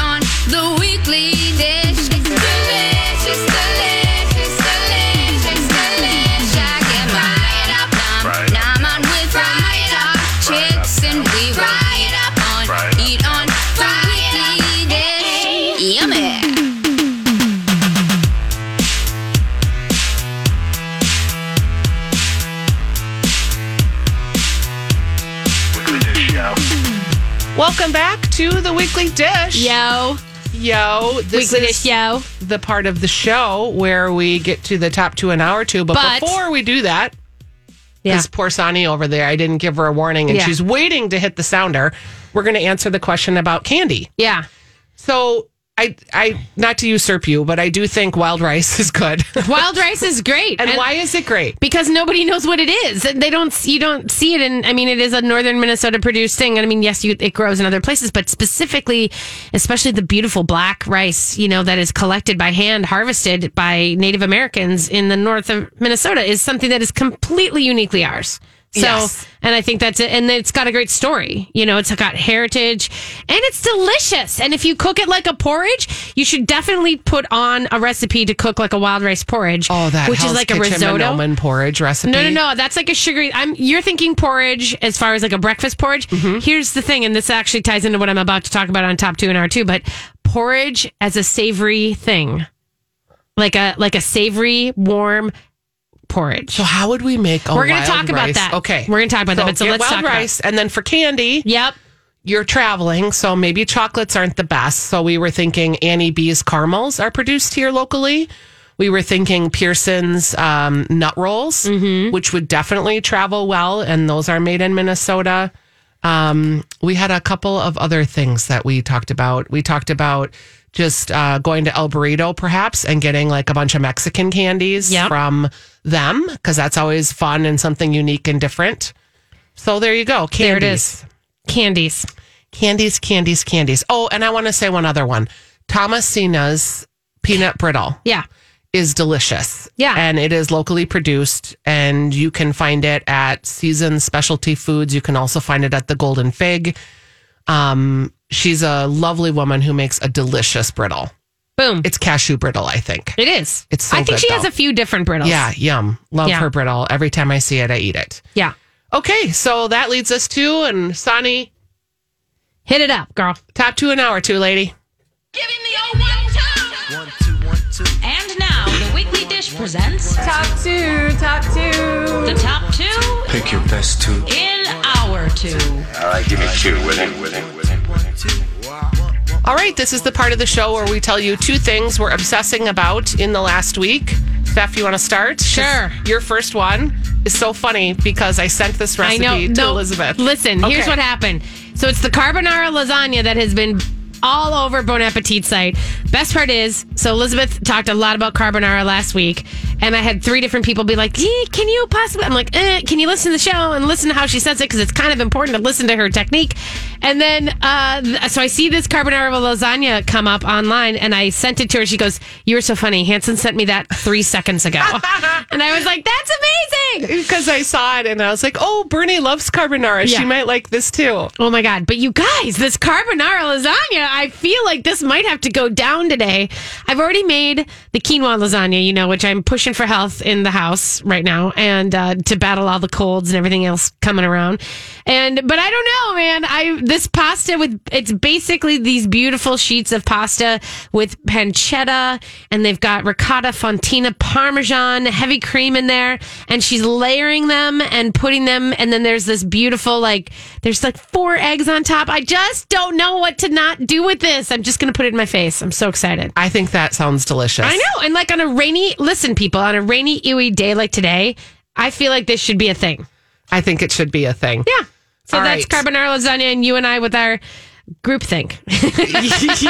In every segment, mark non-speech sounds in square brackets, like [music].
on the weekly dish. It's delicious, delicious, delicious, delicious. I get my nom nom nom on with the my talk chicks, and we will eat on eat on the weekly dish. Yummy. Welcome back to the Weekly Dish. Yo, Yo, this weekly is dish. Yo, the part of the show where we get to the top two an hour two. But, But- before we do that, yeah. this poor Sani over there, I didn't give her a warning and Yeah. she's waiting to hit the sounder. We're going to answer the question about candy. yeah, So I, I, not to usurp you, but I do think wild rice is good. [laughs] Wild rice is great. and why is it great? Because nobody knows what it is. They don't. You don't see it. And I mean, it is a northern Minnesota produced thing. And I mean, yes, you, it grows in other places, but specifically, especially the beautiful black rice, you know, that is collected by hand, harvested by Native Americans in the north of Minnesota, is something that is completely uniquely ours. So, Yes. and I think that's it. And it's got a great story. You know, it's got heritage and it's delicious. And if you cook it like a porridge, you should definitely put on a recipe to cook like a wild rice porridge. Oh, that which is Hell's like a Kitchen risotto. Manoman porridge recipe. No, no, no. That's like a sugary. I'm. You're thinking porridge as far as like a breakfast porridge. Mm-hmm. Here's the thing, and this actually ties into what I'm about to talk about on top two and hour two. But porridge as a savory thing, like a like a savory warm porridge. So how would we make? A We're gonna wild talk about rice? that. Okay, We're gonna talk about that, but so get let's wild talk about- rice, and then for candy, Yep. you're traveling, so maybe chocolates aren't the best. So we were thinking Annie B's caramels are produced here locally. We were thinking Pearson's um, nut rolls, Mm-hmm. which would definitely travel well, and those are made in Minnesota. Um, we had a couple of other things that we talked about. We talked about just uh, going to El Burrito, perhaps, and getting like a bunch of Mexican candies Yep. from them, because that's always fun and something unique and different. So there you go. Candies There it is. Candies. candies, candies, candies. Oh, and I want to say one other one. Thomasina's peanut brittle Yeah. is delicious. Yeah. And it is locally produced and you can find it at Season Specialty Foods. You can also find it at the Golden Fig. Um, she's a lovely woman who makes a delicious brittle. Boom. It's cashew brittle, I think. It is. It's so I think good, she has though. a few different brittles. Yeah, yum. Love Yeah. her brittle. Every time I see it, I eat it. Yeah. Okay, so that leads us to and Sonny, Hit it up, girl. top two an hour, two lady. Give him the old one time. One, two, one, two. And now the weekly dish presents top two, top two. The top two Pick your best two. in our two. All right, give me two with it, with it, with it. All right, this is the part of the show where we tell you two things we're obsessing about in the last week. Steph, you want to start? Sure. Your first one is so funny because I sent this recipe to Elizabeth. Listen, here's Okay. what happened. So it's the carbonara lasagna that has been all over Bon Appetit site. Best part is, so Elizabeth talked a lot about carbonara last week, and I had three different people be like, "Eh, "Can you possibly?" I'm like, eh, "Can you listen to the show and listen to how she says it because it's kind of important to listen to her technique." And then, uh, th- so I see this carbonara lasagna come up online, and I sent it to her. She goes, "You were so funny. Hanson sent me that three seconds [laughs] ago," and I was like, "That's amazing." Because I saw it and I was like, oh, Bernie loves carbonara. Yeah. She might like this too. Oh my god! But you guys, this carbonara lasagna, I feel like this might have to go down today. I've already made the quinoa lasagna, you know, which I'm pushing for health in the house right now, and uh, to battle all the colds and everything else coming around. And but I don't know, man. I this pasta with it's basically these beautiful sheets of pasta with pancetta, and they've got ricotta, fontina, parmesan, heavy cream in there, and she's layering them and putting them, and then there's this beautiful like there's like four eggs on top. I just don't know what to not do with this. I'm just gonna put it in my face. I'm so excited. I think that sounds delicious. I know, and like on a rainy listen, people on a rainy ewy day like today, I feel like this should be a thing. I think it should be a [laughs] thing. Yeah. So All that's right. carbonara lasagna, and you and I with our [laughs] groupthink. [laughs]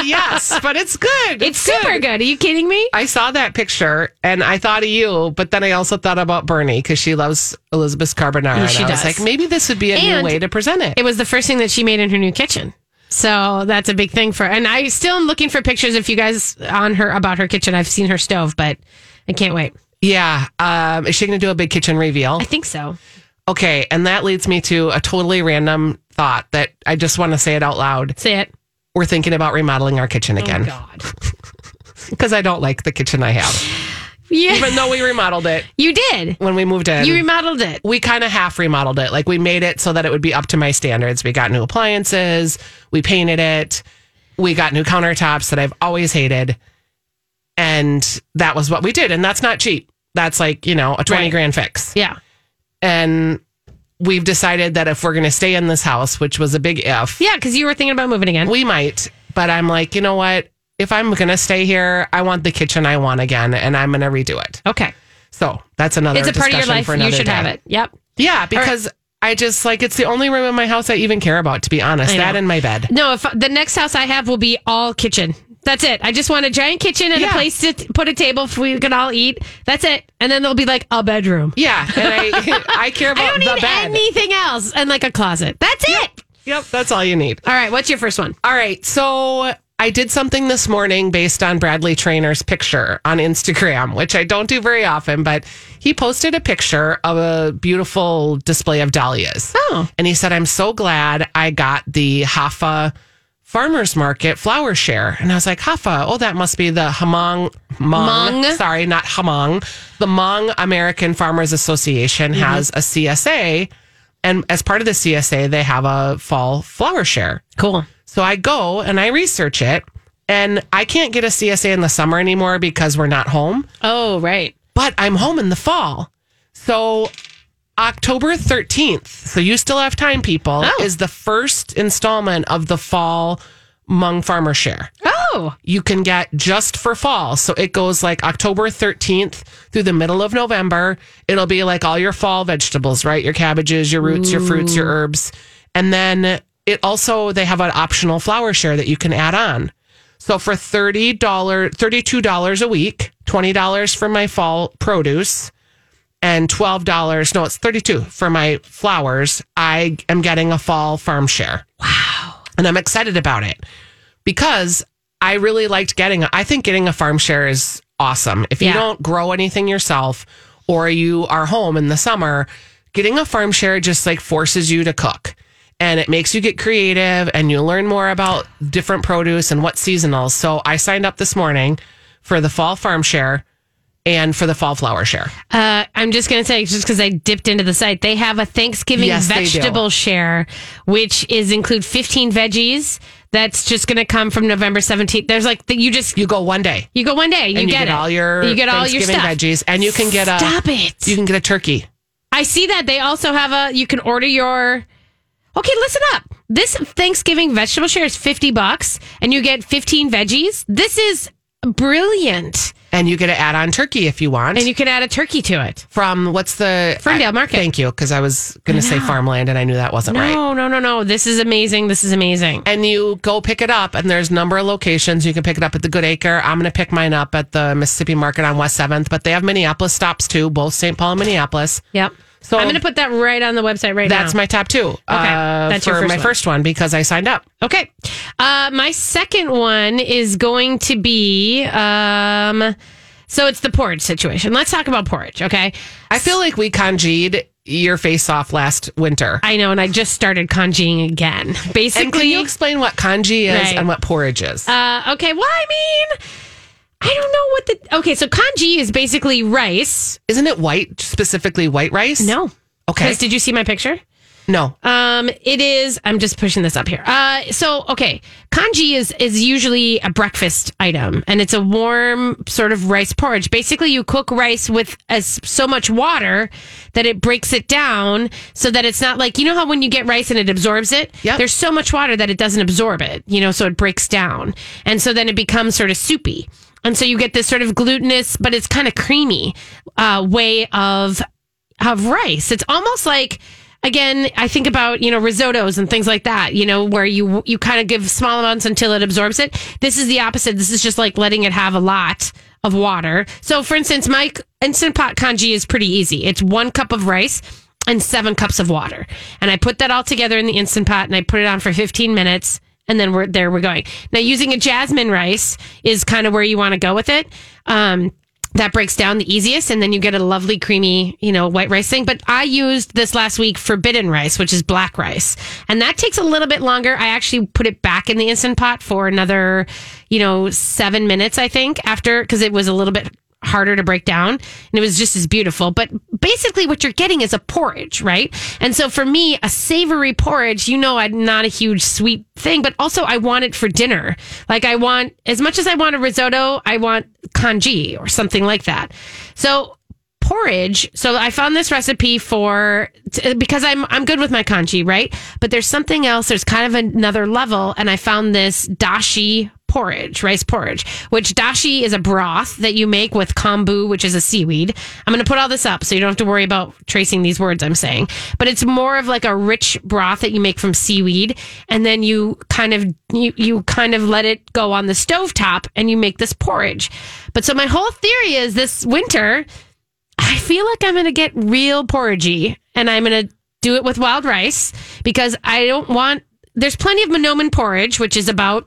yes, but it's good. It's super good. Are you kidding me? I saw that picture and I thought of you, but then I also thought about Bernie because she loves Elizabeth's carbonara. Yeah, she and I does. was like, maybe this would be a And- new way to present it. It was the first thing that she made in her new kitchen. So that's a big thing for and I still am looking for pictures if you guys on her about her kitchen. I've seen her stove, but I can't wait. Yeah. Um, is she going to do a big kitchen reveal? I think so. Okay, and that leads me to a totally random thought that I just want to say it out loud. Say it. We're thinking about remodeling our kitchen again Oh God. because I don't like the kitchen I have. Yeah, Even though we remodeled it you did. when we moved in. You remodeled it. we kind of half remodeled it. Like we made it so that it would be up to my standards. We got new appliances, we painted it, we got new countertops that I've always hated. And that was what we did. And that's not cheap. That's like, you know, a 20 Right. grand fix. Yeah. And we've decided that if we're going to stay in this house, which was a big if, Yeah, because you were thinking about moving again. we might. But I'm like, you know what? If I'm going to stay here, I want the kitchen I want again and I'm going to redo it. Okay. So that's another It's a part of your discussion life. for You another should have day. it. Yep. Yeah, because I just like it's the only room in my house I even care about, to be honest. I That know. and my bed. No, if the next house I have will be all kitchen. That's it. I just want a giant kitchen and a Yeah. place to t- put a table if we can all eat. That's it. And then there'll be like a bedroom. Yeah, and I [laughs] I care I about don't the need bed. anything else and like a closet. That's it. yep, that's all you need. All right. What's your first one? All right, so I did something this morning based on Bradley Trainer's picture on Instagram, which I don't do very often, but he posted a picture of a beautiful display of dahlias. Oh. And he said, I'm so glad I got the Haffa farmers market flower share. And I was like, Haffa, oh, that must be the Hamong, Hmong- Hmong. sorry, not Hamong. The Hmong American Farmers Association Mm-hmm. has a CSA. And as part of the CSA, they have a fall flower share. Cool. So I go and I research it. And I can't get a CSA in the summer anymore because we're not home Oh, right. but I'm home in the fall. So October 13th, so you still have time, people, Oh. is the first installment of the fall Hmong Farmer Share. Oh, You can get just for fall. So it goes like October 13th through the middle of November. It'll be like all your fall vegetables, right? Your cabbages, your roots, your fruits, your herbs. And then it also, they have an optional flower share that you can add on. So for thirty dollars, thirty-two dollars a week, twenty dollars for my fall produce, and twelve dollars. No, it's thirty-two for my flowers. I am getting a fall farm share. Wow! And I'm excited about it because I really liked getting. I think getting a farm share is awesome. If you Yeah. don't grow anything yourself, or you are home in the summer, getting a farm share just like forces you to cook. And it makes you get creative and you learn more about different produce and what's seasonal. So I signed up this morning for the fall farm share and for the fall flower share. Uh, I'm just going to say, just because I dipped into the site, they have a Thanksgiving Yes, they do. vegetable share, which is include 15 veggies. That's just going to come from November 17th. There's like the, you just You go one day you go one day, you, and you get, get, it. all your you get all your Thanksgiving stuff. veggies and you can get a Stop it! you can get a turkey. I see that they also have a. You can order your. Okay, listen up. This Thanksgiving vegetable share is 50 bucks, and you get 15 veggies. This is brilliant, And you get to add on turkey if you want. and you can add a turkey to it. from what's the Ferndale I- Market. Thank you, because I was going to say farmland, and I knew that wasn't No, right. no, no, no. This is amazing. This is amazing. And you go pick it up, and there's a number of locations you can pick it up at the Good Acre. I'm going to pick mine up at the Mississippi Market on West Seventh, but they have Minneapolis stops too, both St. Paul and Minneapolis. Yep. So- So I'm going to put that right on the website right That's now. my top two. Okay, that's for your first my one. first one because I signed up. okay. Uh, my second one is going to be. Um, so it's the porridge situation. Let's talk about porridge, okay? I feel like we congeed your face off last winter. I know, and I just started congeeing again. and can Basically, you explain what congee is Right. and what porridge is? uh, okay. Well, I mean, I don't know what the okay. So congee is basically rice. Isn't it white, specifically white rice? Okay. because did you see my picture? No. Um, it is. I'm just pushing this up here. Uh, so okay, congee is is usually a breakfast item, and it's a warm sort of rice porridge. Basically, you cook rice with as so much water that it breaks it down, so that it's not like you know how when you get rice and it absorbs it. Yep. There's so much water that it doesn't absorb it, you know, so it breaks down, and so then it becomes sort of soupy, and so you get this sort of glutinous, but it's kind of creamy uh, way of of rice. It's almost like again, I think about, you know, risottos and things like that, you know, where you you kind of give small amounts until it absorbs it. This is the opposite. This is just like letting it have a lot of water. So for instance, my c- instant pot congee is pretty easy. It's 1 cup of rice and 7 cups of water. And I put that all together in the instant pot and I put it on for 15 minutes and then we're there we're going. Now using a jasmine rice is kind of where you want to go with it. Um that breaks down the easiest and then you get a lovely creamy you know white rice thing but i used this last week forbidden rice which is black rice and that takes a little bit longer i actually put it back in the instant pot for another you know seven minutes i think after because it was a little bit harder to break down and it was just as beautiful but basically what you're getting is a porridge right and so for me a savory porridge you know i'm not a huge sweet thing but also i want it for dinner like i want as much as i want a risotto i want congee or something like that so porridge. So I found this recipe for t- because I'm I'm good with my kanji, right? But there's something else. There's kind of another level, and I found this dashi porridge, rice porridge, which dashi is a broth that you make with kombu, which is a seaweed. I'm going to put all this up so you don't have to worry about tracing these words I'm saying. But it's more of like a rich broth that you make from seaweed and then you kind of you, you kind of let it go on the stove top and you make this porridge. But so my whole theory is this winter I feel like I'm going to get real porridgey and I'm going to do it with wild rice because I don't want. There's plenty of Monoman porridge, which is about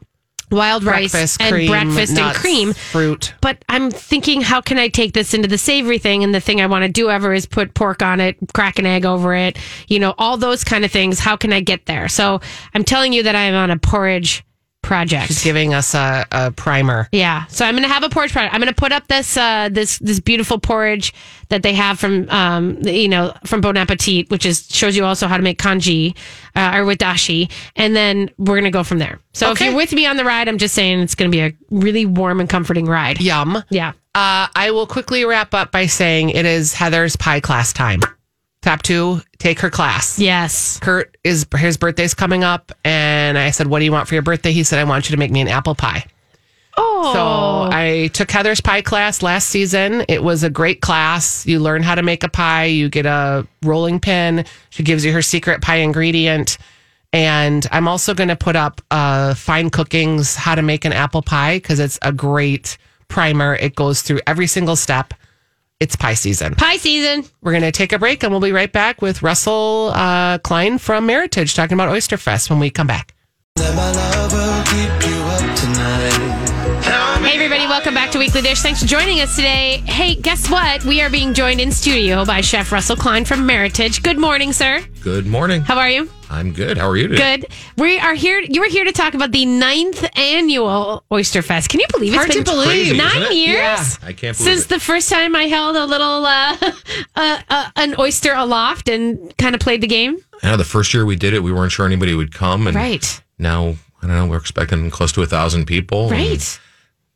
wild rice breakfast and cream, breakfast nuts, and cream. fruit. But I'm thinking, how can I take this into the savory thing? And the thing I want to do ever is put pork on it, crack an egg over it, you know, all those kind of things. How can I get there? So I'm telling you that I'm on a porridge project. She's giving us a, a primer. Yeah. So I'm gonna have a porridge product. I'm gonna put up this uh, this this beautiful porridge that they have from um, the- you know from Bon Appetit, which is shows you also how to make kanji uh, or with dashi, and then we're gonna go from there. So Okay. if you're with me on the ride, I'm just saying it's gonna be a really warm and comforting ride. Yum. Yeah. Uh, I will quickly wrap up by saying it is Heather's pie class time. Top two, take her class. Yes. Kurt is his birthday's coming up, and I said, "What do you want for your birthday?" He said, "I want you to make me an apple pie." Oh. So I took Heather's pie class last season. It was a great class. You learn how to make a pie. You get a rolling pin. She gives you her secret pie ingredient. And I'm also going to put up uh, Fine Cooking's How to Make an Apple Pie because it's a great primer. It goes through every single step. It's pie season. pie season. We're going to take a break and we'll be right back with Russell uh, Klein from Meritage talking about Oyster Fest when we come back. Hey everybody, welcome back to Weekly Dish. Thanks for joining us today. Hey, guess what? We are being joined in studio by Chef Russell Klein from Meritage. Good morning, sir. Good morning. How are you? I'm good. How are you today? Good. We are here. You are here to talk about the ninth annual Oyster Fest. Can you believe it? Hard to believe. crazy, isn't Nine it? years. Yeah. I can't believe Since it. the first time I held a little uh, [laughs] uh, uh, an oyster aloft and kind of played the game. I know the first year we did it, we weren't sure anybody would come, and Right. now I don't know. We're expecting close to a thousand people. and Right.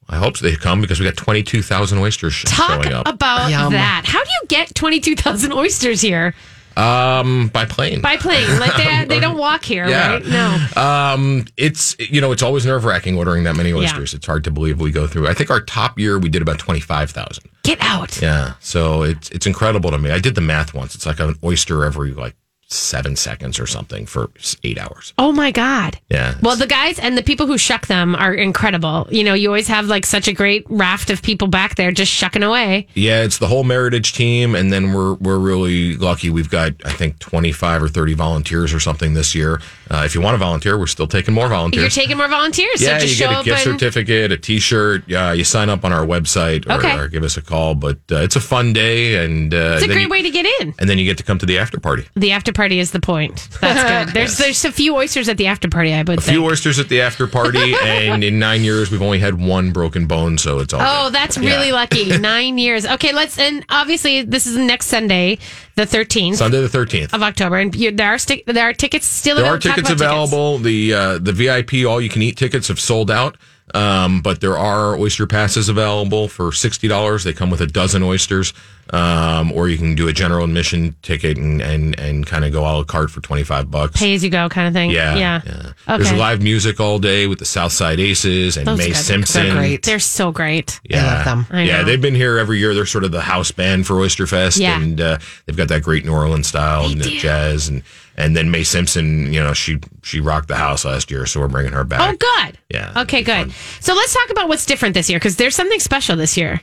I hope they come because we got twenty-two thousand oysters sh- Talk showing up about Yum. that. How do you get twenty two thousand oysters here um, by plane. by plane? Like [laughs] they they don't walk here, Yeah. right? No. um, it's you know it's always nerve wracking ordering that many oysters. It's hard to believe we go through. I think our top year we did about twenty-five thousand. Get out. Yeah, so it's it's incredible to me. I did the math once. It's like an oyster every like seven seconds or something for s- eight hours. Oh my God. Yeah. Well, the guys and the people who shuck them are incredible. You know, you always have like such a great raft of people back there just shucking away. Yeah, it's the whole Meritage team, and then we're we're really lucky. We've got I think twenty five or thirty volunteers or something this year. Uh, if you want to volunteer, we're still taking more You're volunteers. taking more volunteers. yeah, so just you show get a up gift and certificate, a T-shirt. Yeah, you sign up on our website or, Okay. or give us a call. But uh, it's a fun day, and uh, it's a then great you- way to get in. And then you get to come to the after party. The after party is the point. [laughs] That's good. There's there's a few oysters at the after party, I would A say. few oysters at the [laughs] after party, and in nine years we've only had one broken bone, so it's all. Oh, good. that's really Yeah. [laughs] lucky. Nine years. Okay, let's and obviously this is next Sunday, the thirteenth Sunday the thirteenth. of October, and you, there are sti- there are tickets still. There are available. Talk tickets about tickets. available. The uh, the VIP all you can eat tickets have sold out. Um, but there are oyster passes available for sixty dollars. They come with a dozen oysters, um, or you can do a general admission ticket and and, and kind of go a la carte for twenty five bucks. Pay as you go kind of thing. yeah, yeah. There's Okay. live music all day with the Southside Aces and Those Mae guys are Simpson. great. They're so great. Yeah. I love them. I yeah, know. they've been here every year. They're sort of the house band for Oysterfest, Yeah. and uh, they've got that great New Orleans style and the jazz, and and then Mae Simpson. You know, she she rocked the house last year, so we're bringing her back. Oh, good. Yeah, Okay, it'll be good. So let's talk about what's different this year because there's something special this year.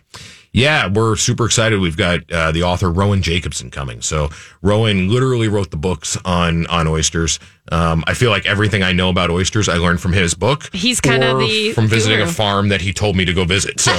Yeah, we're super excited. We've got uh, the author Rowan Jacobson coming. So Rowan literally wrote the books on on oysters. Um, I feel like everything I know about oysters I learned from his book. He's kinda or the from visiting guru. a farm that he told me to go [laughs] visit. So,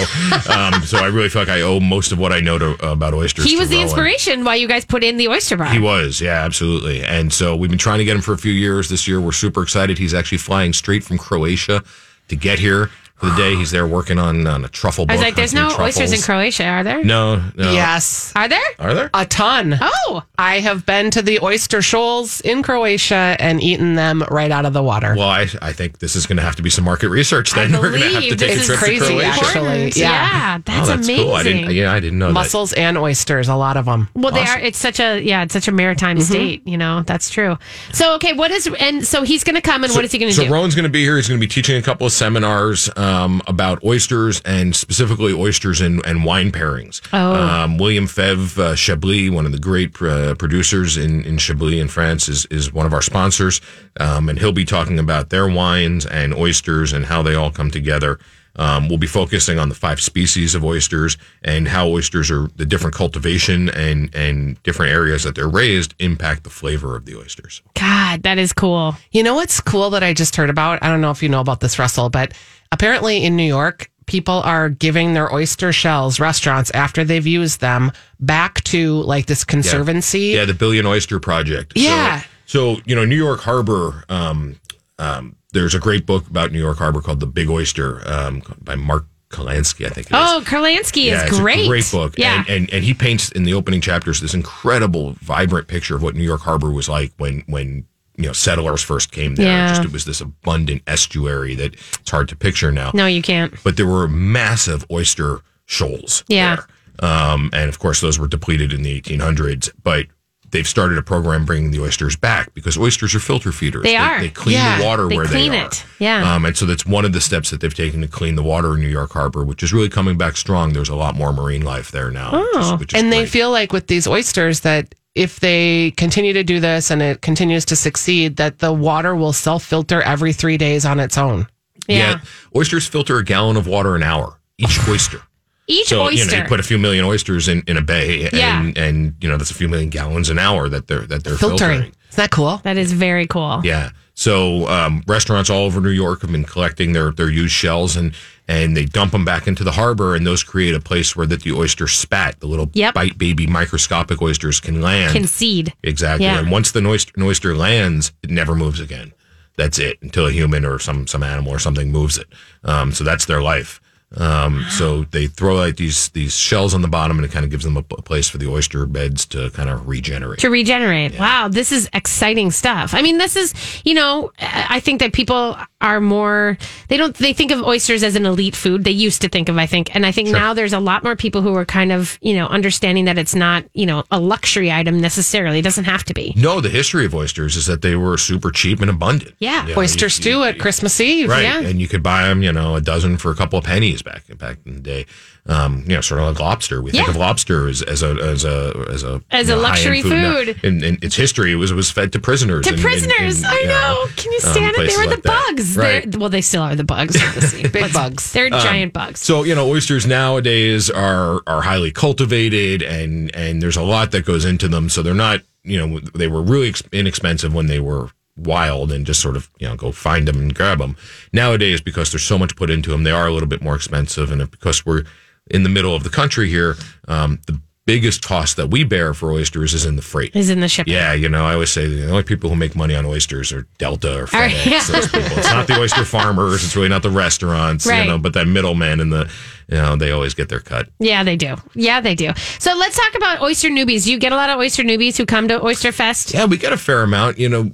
um, so I really feel like I owe most of what I know to, about oysters. He to was the Rowan. inspiration why you guys put in the oyster bar. He was, yeah, absolutely. And so we've been trying to get him for a few years. This year, we're super excited. He's actually flying straight from Croatia to get here for the day. He's there working on, on a truffle. I was book, like, there's no hunting oysters in truffles. Croatia, are there? No, Uh, no. Yes. Are there? Are there? A ton. Oh, I have been to the oyster shoals in Croatia and eaten them right out of the water. Well, I, I think this is going to have to be some market research. [laughs] Then [laughs] we're going to have to believe take a this trip is crazy, to Croatia. actually. Yeah. Yeah. Oh, that's, that's amazing. cool. I didn't. Yeah, I didn't know that. Mussels and oysters, a lot of them. Well, they are. It's such a yeah. It's such a maritime state. You know, that's true. So okay, what is and so he's going to come and what is he going to so do? Rowan's going to be here. He's going to be teaching a couple of seminars um, about oysters and specifically oysters and, and wine pairings. Oh. Um, William Fev uh, Chablis, one of the great uh, producers in, in Chablis in France, is, is one of our sponsors. Um, and he'll be talking about their wines and oysters and how they all come together. Um, we'll be focusing on the five species of oysters and how oysters are the different cultivation and, and different areas that they're raised impact the flavor of the oysters. God, that is cool. You know what's cool that I just heard about? I don't know if you know about this, Russell, but apparently in New York, people are giving their oyster shells, restaurants, after they've used them, back to like this conservancy. Yeah, the Billion Oyster Project. So- Yeah. So, you know, New York Harbor. Um, um, there's a great book about New York Harbor called The Big Oyster um, by Mark Kalansky, I think. it is. Oh, Kurlansky Yeah, is it's great. a great book. Yeah. And, and and he paints in the opening chapters this incredible, vibrant picture of what New York Harbor was like when when you know settlers first came there. Yeah. Just it was this abundant estuary that it's hard to picture now no, you can't. but there were massive oyster shoals. Yeah. there. Um, and of course, those were depleted in the 1800s, but they've started a program bringing the oysters back because oysters are filter feeders. They are. They clean Yeah, the water they where clean they are. it. Yeah. Um, and so that's one of the steps that they've taken to clean the water in New York Harbor, which is really coming back strong. There's a lot more marine life there now. which Oh. is- which is and they great. feel like with these oysters that if they continue to do this and it continues to succeed, that the water will self filter every three days on its own. Yeah. Oysters filter a gallon of water an hour, [sighs] each oyster. Each So you know, oyster. you put a few million oysters in, in a bay, and, Yeah. and you know that's a few million gallons an hour that they're that they're Filtering. filtering. Isn't that cool? that is very cool. Yeah. So um, restaurants all over New York have been collecting their their used shells and and they dump them back into the harbor, and those create a place where that the oyster spat, the little Yep. bite baby microscopic oysters can land. Concede. exactly. Yeah. And once the oyster, an oyster lands, it never moves again. That's it until a human or some some animal or something moves it. Um, so that's their life. Um, so they throw out these these shells on the bottom, and it kind of gives them a, p- place for the oyster beds to kind of regenerate. to regenerate. Wow, this is exciting stuff. I mean, this is, you know, I I think that people are more they don't they think of oysters as an elite food. They used to think of, I think. And I think now there's a lot more people who are kind of, you know, understanding that it's not, you know, a luxury item necessarily. It doesn't have to be. No, the history of oysters is that they were super cheap and abundant. Yeah. You know, Oyster you- stew you- at Christmas Eve. Right, yeah. and you could buy them, you know, a dozen for a couple of pennies back back in the day. Um, you know, sort of like lobster. We think Yeah. of lobster as, as a as a as a As you a know, luxury high-end food. Now, in, in its history, it was was fed to prisoners. To in- in- prisoners, in, I you know. Can you um, stand it? They places were the like that. bugs. Right. Um, They're, well, they still are the bugs. [laughs] Big bugs. They're giant bugs. So you know, oysters nowadays are are highly cultivated, and and there's a lot that goes into them. So they're not, you know, they were really ex- inexpensive when they were wild and just sort of you know go find them and grab them. Nowadays, because there's so much put into them, they are a little bit more expensive, and because we're in the middle of the country here, um, the biggest cost that we bear for oysters is in the freight. Is in the ship. Yeah, you know, I always say the only people who make money on oysters are Delta or right, FedEx. yeah. [laughs] Those people. It's not the oyster farmers. It's really not the restaurants. Right. You know, but that middleman and the, you know, they always get their cut. Yeah, they do. Yeah, they do. So let's talk about oyster newbies. You get a lot of oyster newbies who come to Oyster Fest. Yeah, we get a fair amount. You know,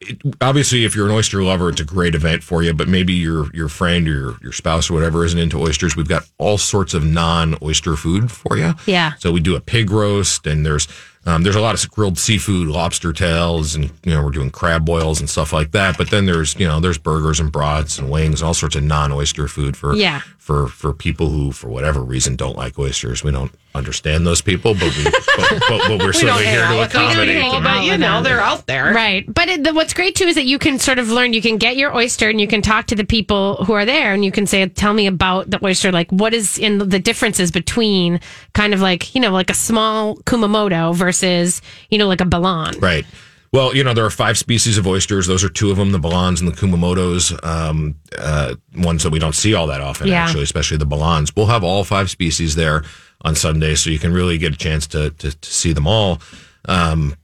it, obviously, if you're an oyster lover, it's a great event for you. But maybe your your friend or your, your spouse or whatever isn't into oysters. We've got all sorts of non oyster food for you. Yeah. So we do a pig roast, and there's um, there's a lot of grilled seafood, lobster tails, and you know we're doing crab boils and stuff like that. But then there's you know there's burgers and brats and wings, all sorts of non oyster food for Yeah. for for people who, for whatever reason, don't like oysters. We don't understand those people, but we but, but, but [laughs] We we're don't certainly hang here out to with them accommodate anymore, them. but you know they're out there. Right. But it, the, what's great too is that you can sort of learn, you can get your oyster and you can talk to the people who are there and you can say, tell me about the oyster. Like what is in the differences between kind of like, you know, like a small Kumamoto versus, you know, like a Balan. Right. Well, you know, there are five species of oysters. Those are two of them the Balans and the Kumamotos, um, uh, ones that we don't see all that often, Yeah. actually, especially the Balans. We'll have all five species there on Sunday, so you can really get a chance to, to, to see them all. Um,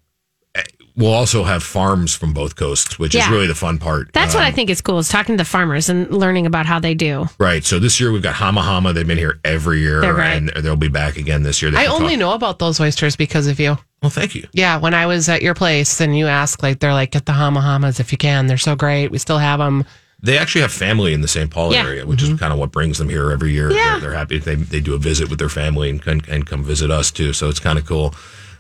eh, we'll also have farms from both coasts, which is Yeah. really the fun part. Uh, That's what I think is cool is talking to the farmers and learning about how they do. Right. So this year we've got Hama Hama. They've been here every year, They're right. and they'll be back again this year. They I can only talk- know about those oysters because of you. Well, thank you. Yeah, when I was at your place and you asked, like, they're like, get the Hama Hamas if you can. They're so great. We still have them. They actually have family in the St. Paul Yeah. area, which is kind of what brings them here every year. Yeah. They're, they're happy. They, they do a visit with their family and, can, and come visit us too. So it's kind of cool.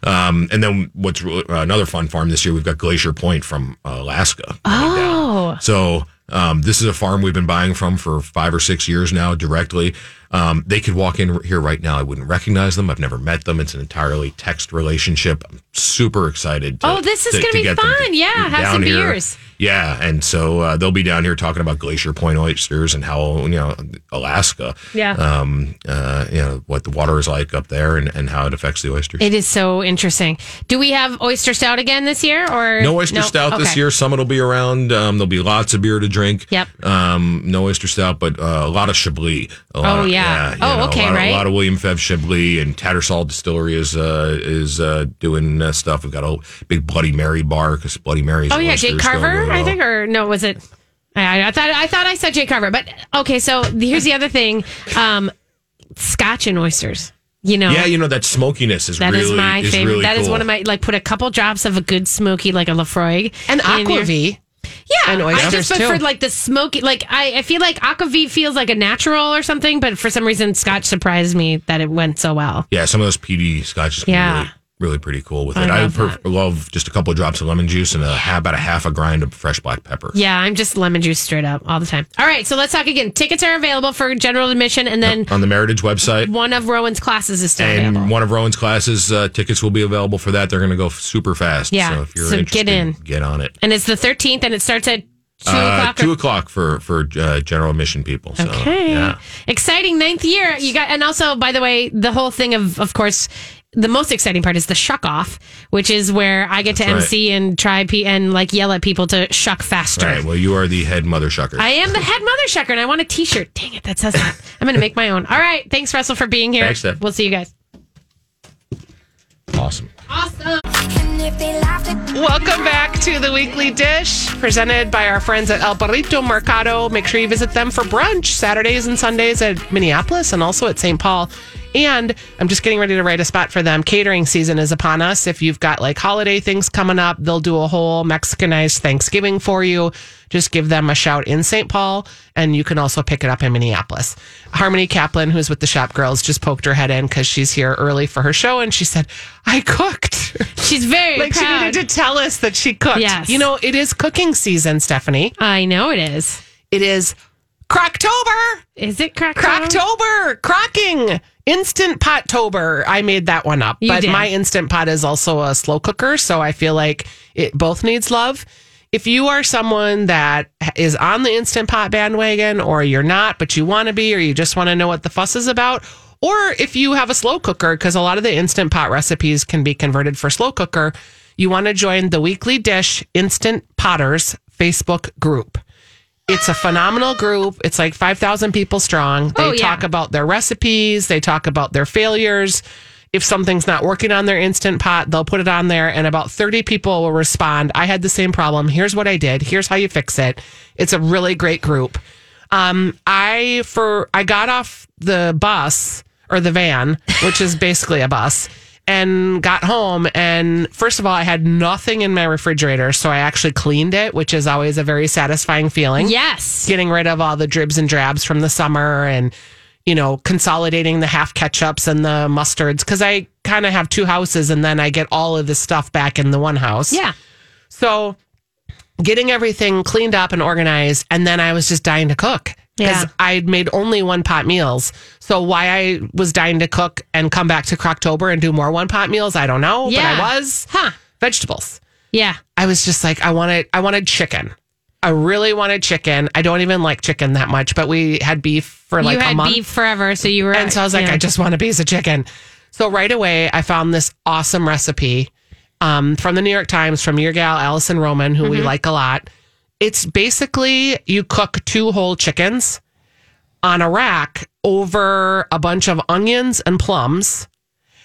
Um, and then what's really, uh, another fun farm this year? We've got Glacier Point from uh, Alaska. coming down. Oh, So um, this is a farm we've been buying from for five or six years now directly. Um, they could walk in here right now. I wouldn't recognize them. I've never met them. It's an entirely text relationship. I'm super excited. To, Oh, this is to- gonna to be get them to- fun. Yeah, have down some here. beers. Yeah, and so uh, they'll be down here talking about Glacier Point oysters and how you know Alaska. Yeah. Um. Uh. You know what the water is like up there and, and how it affects the oysters. it is so interesting. Do we have oyster stout again this year or No oyster stout this Okay. year. Summit will be around. Um, there'll be lots of beer to drink. Yep. Um, no oyster stout, but uh, a lot of Chablis. A lot Oh, of- yeah. you Oh, know, okay, A lot, of- right. a lot of William Fev Chablis and Tattersall Distillery is uh, is uh, doing uh, stuff. We've got a big Bloody Mary bar because Bloody Mary's. Oh yeah, oysters Jake going Carver, really I well. think, or no, was it? I, I thought I thought I said Jake Carver, but okay. So here's the other thing: um, Scotch and oysters. You know, Yeah, you know that smokiness is that really is my is favorite. That Really is cool. one of my like. Put a couple drops of a good smoky, like a Lafroy, And in your- Aquavie. Yeah, and I oysters, just prefer too. like the smoky. Like I, I feel like Aquavit feels like a natural or something, but for some reason, Scotch surprised me that it went so well. Yeah, some of those PD scotches can Yeah. be really, really pretty cool with it. I I love per- love just a couple of drops of lemon juice and a, ha- about a half a grind of fresh black pepper. Yeah, I'm just lemon juice straight up all the time. All right, so let's talk again. Tickets are available for general admission, and then On the Meritage website. one of Rowan's classes is still and available. one of Rowan's classes uh, tickets will be available for that. They're going to go f- super fast. Yeah, So if you're so get interested, in. get on it. And it's the 13th and it starts at 2 Uh, o'clock. two o'clock for for uh, general admission people. So, okay. Yeah. Exciting ninth year. You got, and also, by the way, the whole thing of, of course, the most exciting part is the shuck off, which is where I get to right. MC and try pe- and like yell at people to shuck faster. All right. Well, you are the head mother shucker. I am the head mother shucker and I want a t shirt. Dang it, that says that. I'm going to make my own. All right. Thanks, Russell, for being here. Thanks, Steph. We'll see you guys. awesome. Awesome. Welcome back to the Weekly Dish, presented by our friends at El Burrito Mercado. Make sure you visit them for brunch Saturdays and Sundays at Minneapolis and also at St. Paul. And I'm just getting ready to write a spot for them. Catering season is upon us. If you've got like holiday things coming up, they'll do a whole Mexicanized Thanksgiving for you. Just give them a shout in St. Paul, and you can also pick it up in Minneapolis. Harmony Kaplan, who's with the Shop Girls, just poked her head in because she's here early for her show, and she said, I cooked. [laughs] She's very Like proud. she needed to tell us that she cooked. Yes. You know, it is cooking season, Stephanie. I know it is. It is Croctober. Is it crack? Croctober. Crocking. Instant pottober. I made that one up. You but did. my instant pot is also a slow cooker, so I feel like it both needs love. If you are someone that is on the instant pot bandwagon or you're not, but you want to be or you just want to know what the fuss is about, or if you have a slow cooker because a lot of the instant pot recipes can be converted for slow cooker, you want to join the weekly dish instant potters Facebook group. It's a phenomenal group. It's like 5,000 people strong. They Oh, yeah. talk about their recipes, they talk about their failures. If something's not working on their instant pot, they'll put it on there and about 30 people will respond. I had the same problem. Here's what I did. Here's how you fix it. It's a really great group. Um, I for I got off the bus or the van, which is basically a bus, and got home. And first of all, I had nothing in my refrigerator, so I actually cleaned it, which is always a very satisfying feeling. Yes. Getting rid of all the dribs and drabs from the summer and, you know, consolidating the half ketchups and the mustards. Cause I kind of have two houses and then I get all of this stuff back in the one house. Yeah. So getting everything cleaned up and organized. And then I was just dying to cook Yeah. because I made only one pot meals. So why I was dying to cook and come back to Croctober and do more one pot meals, I don't know. Yeah. But I was Huh. vegetables. Yeah. I was just like, I wanted, I wanted chicken. I really wanted chicken. I don't even like chicken that much, but we had beef for like you a had month. beef forever, so you were. And so I was like, yeah. I just want a piece of chicken. So right away, I found this awesome recipe um, from the New York Times from your gal, Allison Roman, who Mm-hmm. we like a lot. It's basically you cook two whole chickens on a rack over a bunch of onions and plums.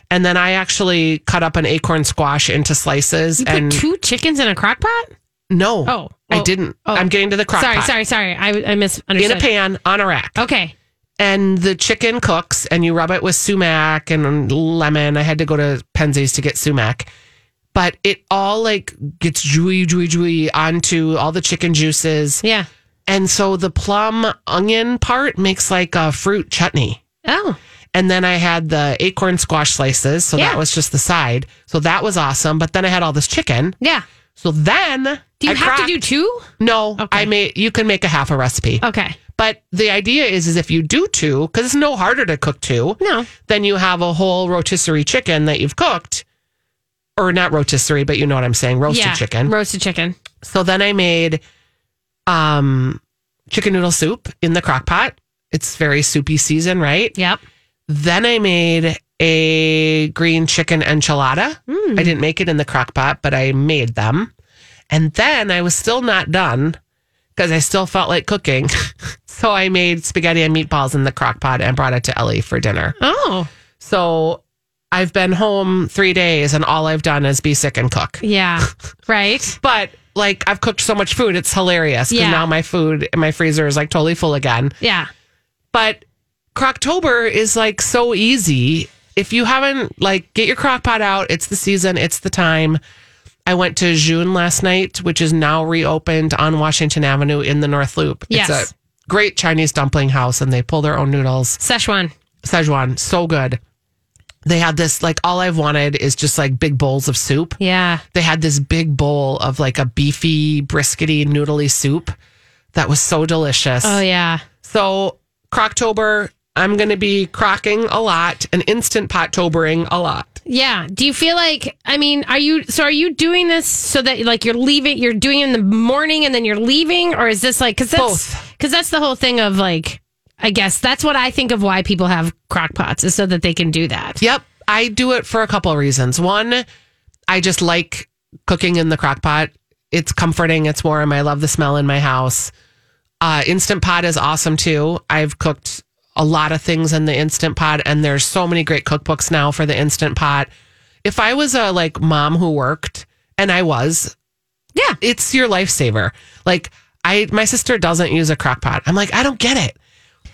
And then I actually cut up an acorn squash into slices. You put and two chickens in a crock pot? no, Oh, I oh, didn't. oh. I'm getting to the crock sorry, pot. sorry, sorry. I, I misunderstood. In a pan on a rack Okay. and the chicken cooks and you rub it with sumac and lemon. I had to go to Penzi's to get sumac. But it all like gets juicy, juicy, juicy onto all the chicken juices. Yeah. And so the plum onion part makes like a fruit chutney. Oh. And then I had the acorn squash slices. So Yeah. that was just the side. So that was awesome. But then I had all this chicken. Yeah. So then Do you I have cracked- to do two? No, Okay. I may you can make a half a recipe. Okay. But the idea is, is if you do two, because it's no harder to cook two, No. then you have a whole rotisserie chicken that you've cooked, or not rotisserie, but you know what I'm saying, roasted yeah. chicken. Roasted chicken. so then I made um, chicken noodle soup in the crock pot. It's very soupy season, right? Yep. Then I made a green chicken enchilada. I didn't make it in the crock pot, but I made them. And then I was still not done because I still felt like cooking. [laughs] so I made spaghetti and meatballs in the crock pot and brought it to Ellie for dinner. Oh. So I've been home three days and all I've done is be sick and cook. [laughs] Yeah. right. But like I've cooked so much food, it's hilarious. 'cause Yeah. Now my food, my freezer is like totally full again Yeah. but Croctober is like so easy. If you haven't like get your crock pot out, it's the season, it's the time. I went to June last night, which is now reopened on Washington Avenue in the North Loop. Yes. It's a great Chinese dumpling house and they pull their own noodles. Szechuan. Szechuan, so good. They had this like all I've wanted is just like big bowls of soup Yeah. they had this big bowl of like a beefy, briskety, noodly soup that was so delicious. Oh yeah. So, Croctober, I'm going to be crocking a lot and instant pot tobering a lot. Yeah. Do you feel like I mean, are you so are you doing this so that like you're leaving you're doing it in the morning and then you're leaving or is this like cuz that's cuz that's the whole thing of like I guess that's what I think of why people have crock pots is so that they can do that. Yep. I do it for a couple of reasons. One, I just like cooking in the crock pot. It's comforting, it's warm. I love the smell in my house. Uh, instant pot is awesome too. I've cooked a lot of things in the instant pot, and there's so many great cookbooks now for the instant pot. If I was a like mom who worked, and I was, Yeah. it's your lifesaver. Like I, my sister doesn't use a crock pot. I'm like, I don't get it.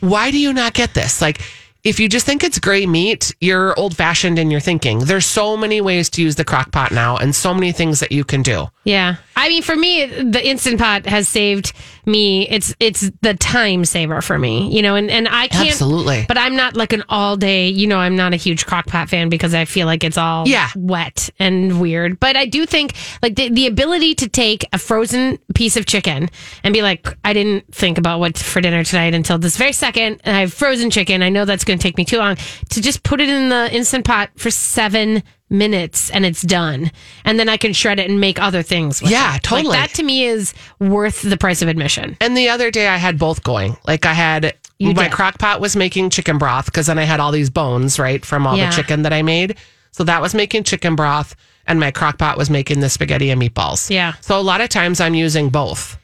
Why do you not get this? Like, if you just think it's gray meat, you're old fashioned in your thinking. There's so many ways to use the crock pot now, and so many things that you can do. Yeah. I mean, for me, the instant pot has saved me. It's it's the time saver for me, you know, and, and I can't. Absolutely. But I'm not like an all day, you know, I'm not a huge crock pot fan because I feel like it's all Yeah. wet and weird. But I do think like the, the ability to take a frozen piece of chicken and be like, I didn't think about what for dinner tonight until this very second. And I have frozen chicken. I know that's going to take me too long to just put it in the instant pot for seven minutes and it's done. And then I can shred it and make other things with Yeah, it. Like, totally. that to me is worth the price of admission. And the other day, I had both going. Like I had my did. crock pot was making chicken broth because then I had all these bones right from all Yeah. the chicken that I made. So that was making chicken broth, and my crock pot was making the spaghetti and meatballs. Yeah. So a lot of times I'm using both,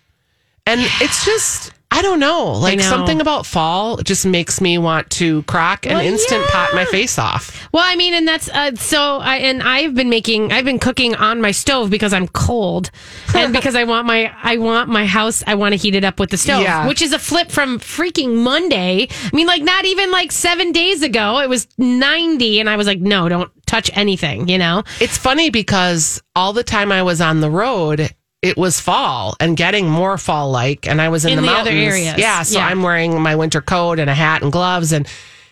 and it's just I don't know. Like know. something about fall just makes me want to crock and Well, instant pot yeah. my face off. Well, I mean, and that's uh, so. I and I've been making, I've been cooking on my stove because I'm cold, [laughs] and because I want my, I want my house, I want to heat it up with the stove, Yeah. which is a flip from freaking Monday. I mean, like not even like seven days ago, it was 90, and I was like, no, don't touch anything, you know? It's funny because all the time I was on the road, it was fall and getting more fall like, and I was in, In the, the other mountains. areas. Yeah, so Yeah. I'm wearing my winter coat and a hat and gloves, and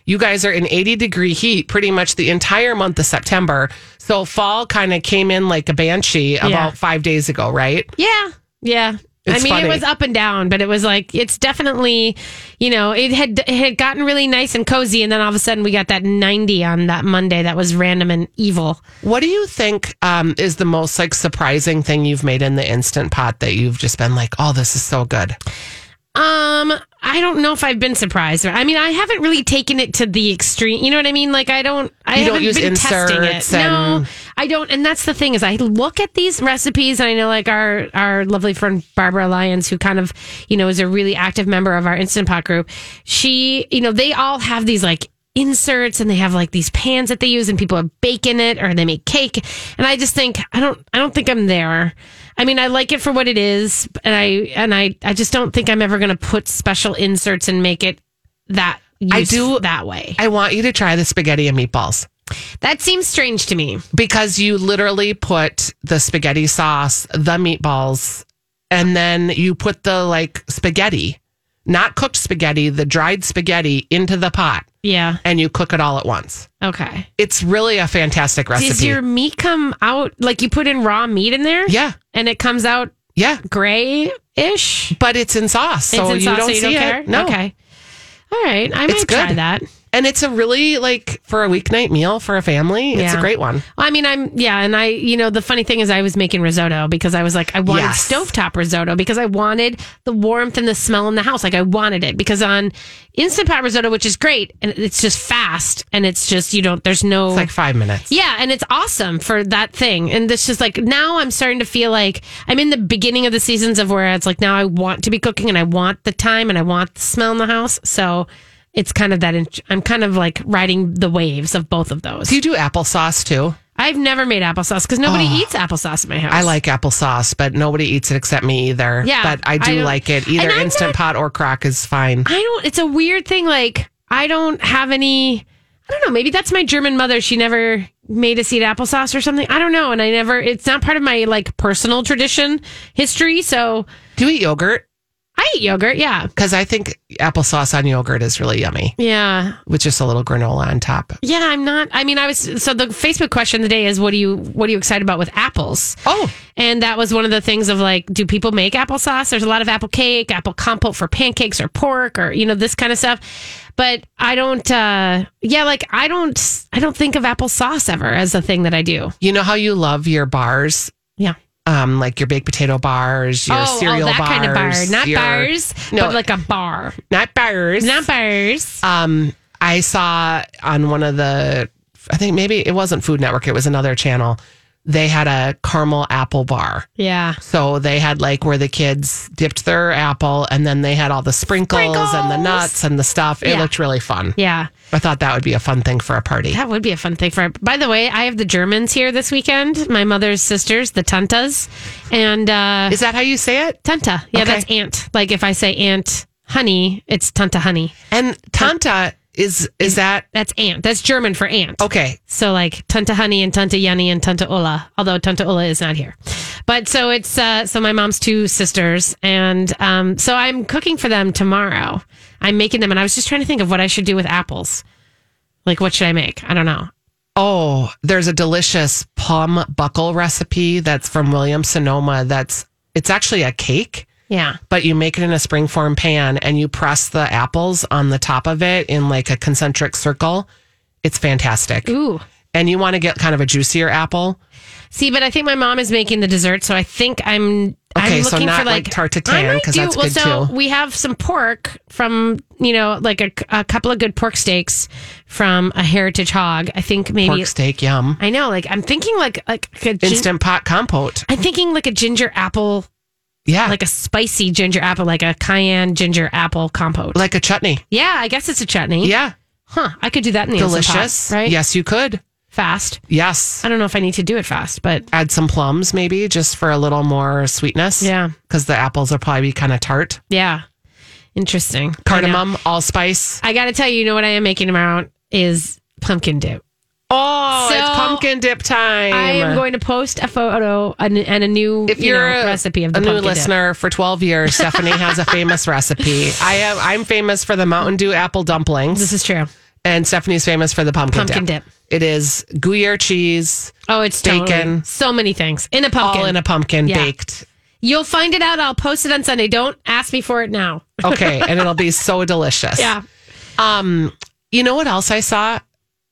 you guys are in 80 degree heat pretty much the entire month of September. So fall kind of came in like a banshee about five days ago, right? Yeah, yeah. It's I mean, funny. it was up and down, but it was like it's definitely, you know, it had it had gotten really nice and cozy, and then all of a sudden we got that ninety on that Monday that was random and evil. What do you think um, is the most like surprising thing you've made in the instant pot that you've just been like, oh, this is so good? Um, I don't know if I've been surprised. I mean, I haven't really taken it to the extreme. You know what I mean? Like, I don't. I You don't haven't use been testing it. inserts and- No, I don't. And that's the thing is, I look at these recipes, and I know like our our lovely friend Barbara Lyons, who kind of you know is a really active member of our Instant Pot group. She, you know, they all have these like inserts and they have like these pans that they use and people are baking it or they make cake and i just think i don't i don't think i'm there i mean i like it for what it is and i and i i just don't think i'm ever going to put special inserts and make it that I use- do- that way I want you to try the spaghetti and meatballs that seems strange to me because you literally put the spaghetti sauce, the meatballs, and then you put the like spaghetti, not cooked spaghetti, the dried spaghetti into the pot yeah and you cook it all at once. okay It's really a fantastic recipe. does your meat come out like you put in raw meat in there yeah. and it comes out Yeah. gray-ish But it's in sauce. So it's in you sauce don't so you see don't it. care No. okay all right i It's might try good. that And it's a really like for a weeknight meal for a family. It's a Yeah. great one. I mean, I'm yeah, and I you know the funny thing is I was making risotto because I was like I wanted Yes. stovetop risotto because I wanted the warmth and the smell in the house like I wanted it because on instant pot risotto which is great and it's just fast and it's just you don't there's no It's like five minutes. yeah, and it's awesome for that thing. And this is like now I'm starting to feel like I'm in the beginning of the seasons of where it's like now I want to be cooking and I want the time and I want the smell in the house. So it's kind of that in- I'm kind of like riding the waves of both of those. Do you do applesauce too? I've never made applesauce because nobody eats applesauce in my house. I like applesauce, but nobody eats it except me either. Yeah, But I I do don't- like it. Either And I'm Instant not- Pot or Crock is fine. I don't. It's a weird thing. Like I don't have any. I don't know. Maybe that's my German mother. She never made us eat applesauce or something. I don't know. And I never. It's not part of my like personal tradition history. So Do you eat yogurt? I eat yogurt. Yeah. Because I think applesauce on yogurt is really yummy Yeah. with just a little granola on top. Yeah. I'm not. I mean, I was. So the Facebook question today is, what do you what are you excited about with apples? Oh, And that was one of the things of like, do people make applesauce? There's a lot of apple cake, apple compote for pancakes or pork or, you know, this kind of stuff. But I don't, uh, yeah, like I don't, I don't think of applesauce ever as a thing that I do. you know how you love your bars? Yeah. Oh, Um, like your baked potato bars, your cereal that bars. kind of bar. Not your- bars, No. but like a bar. Not bars. Not bars. um, I saw on one of the, I think maybe it wasn't Food Network, it was another channel. They had a caramel apple bar. yeah. So they had like where the kids dipped their apple and then they had all the sprinkles, and the Sprinkles. nuts and the stuff. It Yeah. looked really fun. Yeah. I thought that would be a fun thing for a party. That would be a fun thing for. By the way, I have the Germans here this weekend, my mother's sisters, the Tantas. And, uh, Is that how you say it? Tanta. Yeah, Okay. that's aunt. Like if I say aunt honey, it's Tanta honey. And Tanta is is that That's aunt. That's German for aunt. okay. So like Tanta honey and Tanta yanni and Tanta Ola, although Tanta Ola is not here. But so it's uh, so my mom's two sisters, and um, so I'm cooking for them tomorrow. I'm making them, and I was just trying to think of what I should do with apples. Like what should I make? I don't know. Oh, there's a delicious plum buckle recipe that's from Williams Sonoma that's it's actually a cake. Yeah. but you make it in a springform pan and you press the apples on the top of it in like a concentric circle. It's fantastic. Ooh. And you want to get kind of a juicier apple. See, but I think my mom is making the dessert, so I think I'm. Okay, I'm so looking not for like like, tart to I tan, might 'cause do- that's well, good, so too. We have some pork from you know like a, a couple of good pork steaks from a heritage hog. I think maybe Pork steak, yum. I know. Like I'm thinking like like a gin- Instant pot compote. I'm thinking like a ginger apple, Yeah. Like, like a spicy ginger apple, like a cayenne ginger apple compote. a chutney. yeah, I guess it's a chutney. Yeah. huh? I could do that in the Instant Pot, Delicious. right? Yes, you could. fast. Yes. I don't know if I need to do it fast, but Add some plums maybe just for a little more sweetness. Yeah. Because the apples will probably be kind of tart. yeah, interesting. I know. Cardamom, allspice. I got to tell you, you know what I am making tomorrow is pumpkin dip. Oh, So, it's pumpkin dip time. I am going to post a photo and, and a new if you you're know, a, recipe of the a new pumpkin dip. listener for 12 years, Stephanie has a [laughs] famous recipe. I have, I'm famous for the Mountain Dew apple dumplings, This is true. and Stephanie's famous for the pumpkin, Pumpkin dip. It is Gruyere cheese, Oh, it's Bacon. totally- so many things in a pumpkin. all in a pumpkin, Yeah. baked. You'll find it out. I'll post it on Sunday. Don't ask me for it [laughs] now. Okay, and it'll be so delicious. Yeah. You know what else I saw?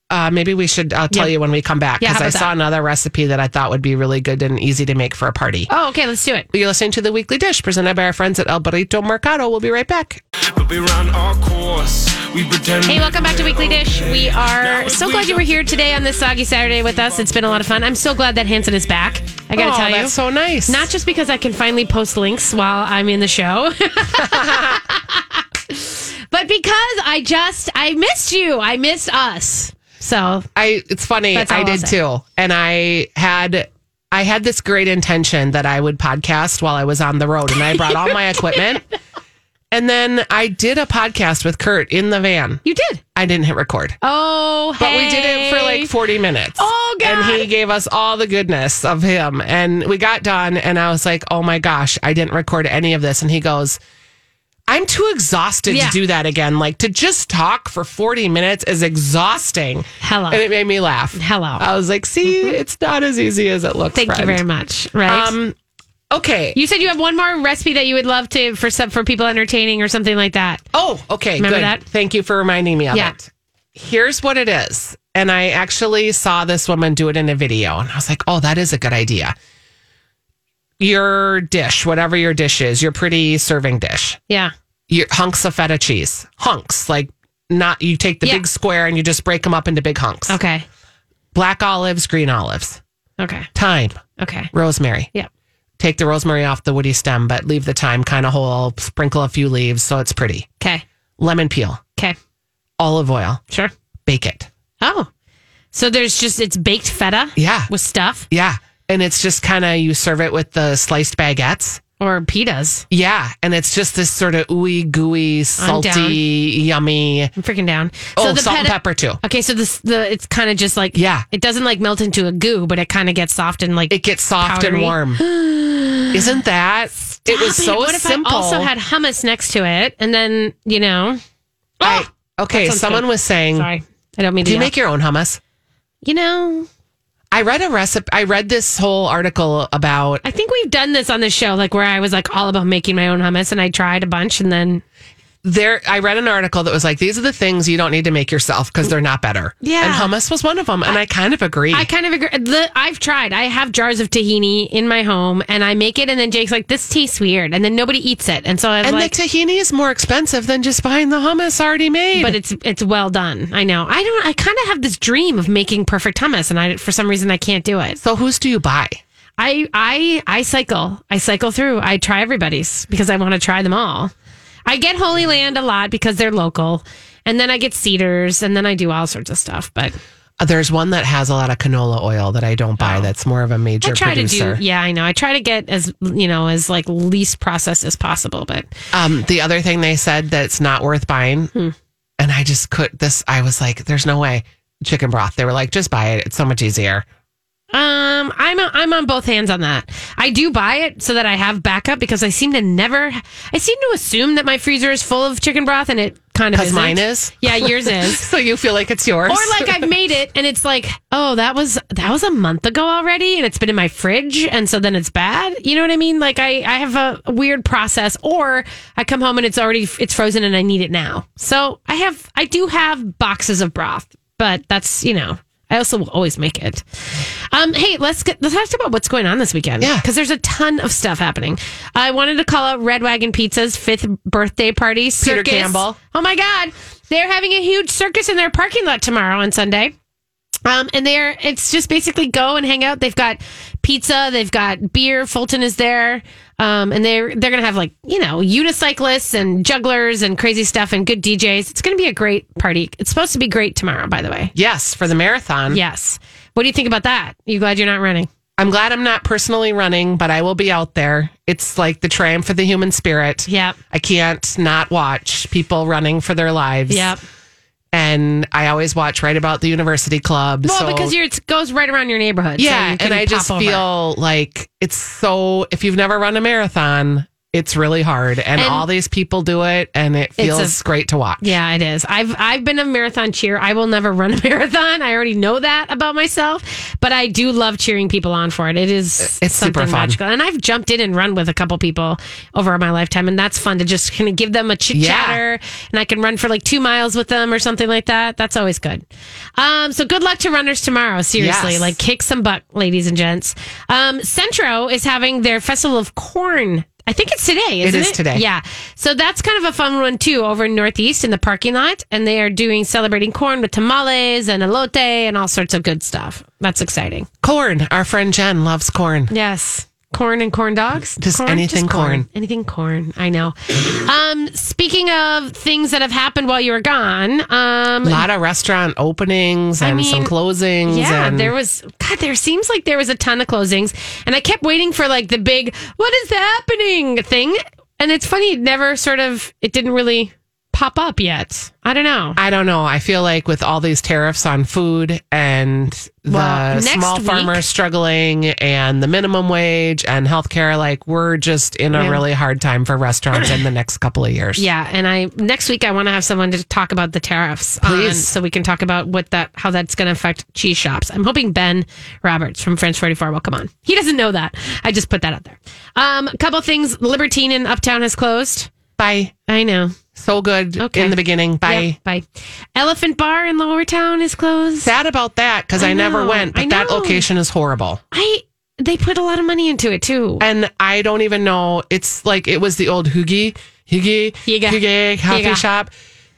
Uh, maybe we should uh, tell Yeah. you when we come back Yeah, how because I about saw that? another recipe that I thought would be really good and easy to make for a party. Oh, okay. Let's do it. You're listening to the Weekly Dish presented by our friends at El Burrito Mercado. We'll be right back. But we ran our course. We pretend. Hey, welcome back to Weekly Dish. We are so glad you were here today on this soggy Saturday with us. It's been a lot of fun. I'm so glad that Hanson is back. I got to Oh, tell you. that's so nice. Not just because I can finally post links while I'm in the show. [laughs] but because I just I missed you. I missed us. So I it's funny. That's all I I'll did say. too. And I had I had this great intention that I would podcast while I was on the road and I brought all [laughs] my equipment. And then I did a podcast with Kurt in the van. you did. I didn't hit record. Oh, But we did it for like 40 minutes. Oh, God. And he gave us all the goodness of him. And we got done and I was like, "Oh my gosh, I didn't record any of this." And he goes, "I'm too exhausted Yeah. to do that again. Like to just talk for 40 minutes is exhausting." hello. and it made me laugh. Hello. Mm-hmm. I was like, see, it's not as easy as it looks. Thank you friend. very much. Right. Um, okay. you said you have one more recipe that you would love to for sub for people entertaining or something like that. oh, okay. Remember good. that? Thank you for reminding me of Yeah. it. Here's what it is. And I actually saw this woman do it in a video, and I was like, oh, that is a good idea. Your dish, whatever your dish is, your pretty serving dish, Yeah. your hunks of feta cheese, hunks, like not, you take the Yeah. big square and you just break them up into big hunks. Okay. Black olives, green olives, Okay. thyme, Okay. rosemary. Yep. take the rosemary off the woody stem, but leave the thyme kind of whole, sprinkle a few leaves so it's pretty. Okay. Lemon peel, Okay. olive oil, Sure. bake it. Oh. So there's just it's baked feta. Yeah. With stuff Yeah. And it's just kind of, you serve it with the sliced baguettes. or pitas. Yeah. And it's just this sort of ooey gooey, I'm down. salty, yummy. I'm freaking down. oh, the salt and peta- pepper too. Okay, so this the it's kind of just like Yeah. it doesn't like melt into a goo, but it kind of gets soft and like It gets soft Powdery. and [gasps] warm. Isn't that? it was Stop so What if simple. I also had hummus next to it, and then you know, I- okay. Oh, That sounds Someone good. was saying, sorry, I don't mean do to. Mm. you make your own hummus? you know, I read a recipe. I read this whole article about I think we've done this on the show, like where I was like all about making my own hummus, and I tried a bunch, and then there I read an article that was like these are the things you don't need to make yourself because they're not better. Yeah. And hummus was one of them and I, kind of agree. I kind of agree. The, I've tried. I have jars of tahini in my home, and I make it, and then Jake's like, "This tastes weird," and then nobody eats it, and so I'm and like, the tahini is more expensive than just buying the hummus already made. but it's it's well done. I know. I don't. I kind of have this dream of making perfect hummus, and I for some reason I can't do it. so whose do you buy? I I I cycle. I cycle through. I try everybody's because I want to try them all. I get Holy Land a lot because they're local, and then I get Cedars, and then I do all sorts of stuff. But Uh, There's one that has a lot of canola oil that I don't buy. That's more of a major I try producer. to do. Yeah, I know. I try to get as you know as like least processed as possible. But Um, the other thing they said that's not worth buying, and I just could this. I was like, there's no way. Chicken broth. They were like, just buy it. It's so much easier. Um, I'm I'm on both hands on that. I do buy it so that I have backup because I seem to never. I seem to assume that my freezer is full of chicken broth, and it kind of Because isn't. mine is. Yeah, yours is. So you feel like it's yours. Or like I've made it, and it's like, oh, that was that was a month ago already, and it's been in my fridge, and so then it's bad. You know what I mean? Like I I have a weird process, or I come home and it's already it's frozen, and I need it now. So I have I do have boxes of broth, but that's you know. I also will always make it. Um, hey, let's get, let's talk about what's going on this weekend. Yeah. because there's a ton of stuff happening. I wanted to call out Red Wagon Pizza's fifth birthday party. circus. Campbell. Oh my God. They're having a huge circus in their parking lot tomorrow on Sunday. Um, and they're, it's just basically go and hang out. They've got pizza, they've got beer. Fulton is there. Um, and they're, they're going to have like, you know, unicyclists and jugglers and crazy stuff and good DJs. It's going to be a great party. It's supposed to be great tomorrow, by the way. yes, for the marathon. Yes. What do you think about that? You glad you're not running? I'm glad I'm not personally running, but I will be out there. It's like the triumph of the human spirit. Yep. I can't not watch people running for their lives. Yep. And I always watch right about the university club. Well, so- because you're, it goes right around your neighborhood. so yeah, you can and I pop just over. feel like it's so. If you've never run a marathon, It's really hard, and, And- all these people do it, and it feels great to watch. Yeah, it is. I've I've been a marathon cheer. I will never [laughs] run a marathon. I already know that about myself, but I do love cheering people on for it. It is It's super something fun. magical. And I've jumped in and run with a couple people over my lifetime, and that's fun to just kind of give them a chit Yeah. chatter, and I can run for like two miles with them or something like that. That's always good. Um, so good luck to runners tomorrow. Seriously, Yes. like kick some butt, ladies and gents. Um, Centro is having their festival of corn. I think it's today. Isn't it is today. Yeah. So that's kind of a fun one too over in Northeast in the parking lot. And they are doing celebrating corn with tamales and elote and all sorts of good stuff. That's exciting. Corn. Our friend Jen loves corn. Yes. Corn and corn dogs. Just anything corn. Anything corn. I [sighs] know. Um, speaking of things that have happened while you were gone, um, A lot of restaurant openings and some mean, closings. Yeah, and there was God. There seems like there was a ton of closings, and I kept waiting for like the big "What is happening?" thing. And it's funny, it never sort of it didn't really pop up yet. I don't know. I don't know. I feel like with all these tariffs on food and the Well, next small week- farmers struggling and the minimum wage and healthcare, like we're just in a Yeah. really hard time for restaurants in the next couple of years. Yeah, and I next week I want to have someone to talk about the tariffs, on, Please. so we can talk about what that how that's going to affect cheese shops. I'm hoping Ben Roberts from French 44 will come on. He doesn't know that. I just put that out there. Um, a couple things. Libertine in Uptown has closed. Bye. I know. So good Okay. in the beginning. Bye. Yeah, bye. Elephant Bar in Lower Town is closed. Sad about that because I, I never know. went, I but that know. location is horrible. I they put a lot of money into it too. And I don't even know. It's like it was the old Hoogie, Hoogie, Higa. Hoogie coffee Higa. shop.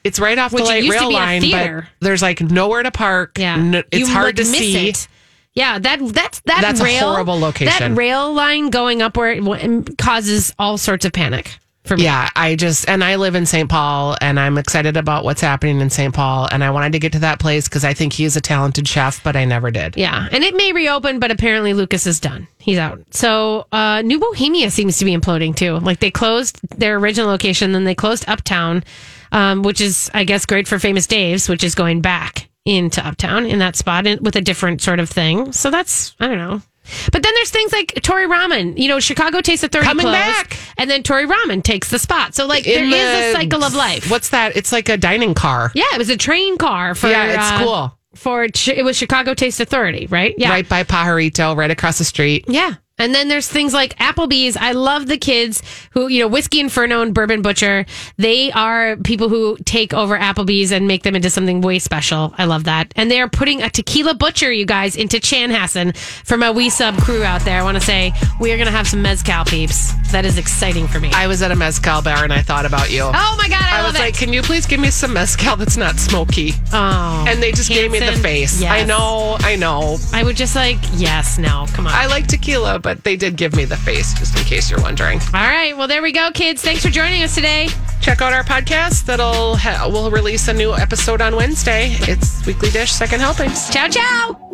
It's right off Which it the light used to rail be a line, but theater. there's like nowhere to park. Yeah, N- it's You hard would to miss see. It. Yeah, that that's that That's a rail, horrible location. That rail line going up where it w- causes all sorts of panic for me. Yeah, I just and I live in St. Paul and I'm excited about what's happening in St. Paul and I wanted to get to that place cuz I think he is a talented chef but I never did. Yeah, and it may reopen, but apparently Lucas is done. He's out. So uh, New Bohemia seems to be imploding too. Like they closed their original location, then they closed Uptown, um, which is I guess great for Famous Dave's, which is going back into Uptown in that spot in, with a different sort of thing. So that's I don't know. But then there's things like Tori Ramen. You know, Chicago Taste of 30 Coming closed, back. and then Tori Ramen takes the spot. So like there is In a the- cycle of life. What's that? It's like a dining car. Yeah, it was a train car for Yeah, it's uh, cool. For Chi- it was Chicago Taste Authority, right? Yeah, Right by Pajarito, right across the street. yeah. And then there's things like Applebee's. I love the kids who, you know, Whiskey Inferno and Bourbon Butcher. They are people who take over Applebee's and make them into something way special. I love that. And they are putting a tequila butcher, you guys, into Chanhassen for my We Sub crew out there. I want to say we are going to have some Mezcal peeps. That is exciting for me. I was at a mezcal bar and I thought about you. oh my God, I, I love was it. like, "Can you please give me some mezcal that's not smoky?" oh, And they just gave me the Hanson? face. I Yes. know, I know. I would just like, yes, no, come on. I like tequila, but they did give me the face just in case you're wondering. All right. Well, there we go, kids. Thanks for joining us today. check out our podcast that'll ha- we'll release a new episode on wednesday it's weekly dish second helpings Ciao, ciao.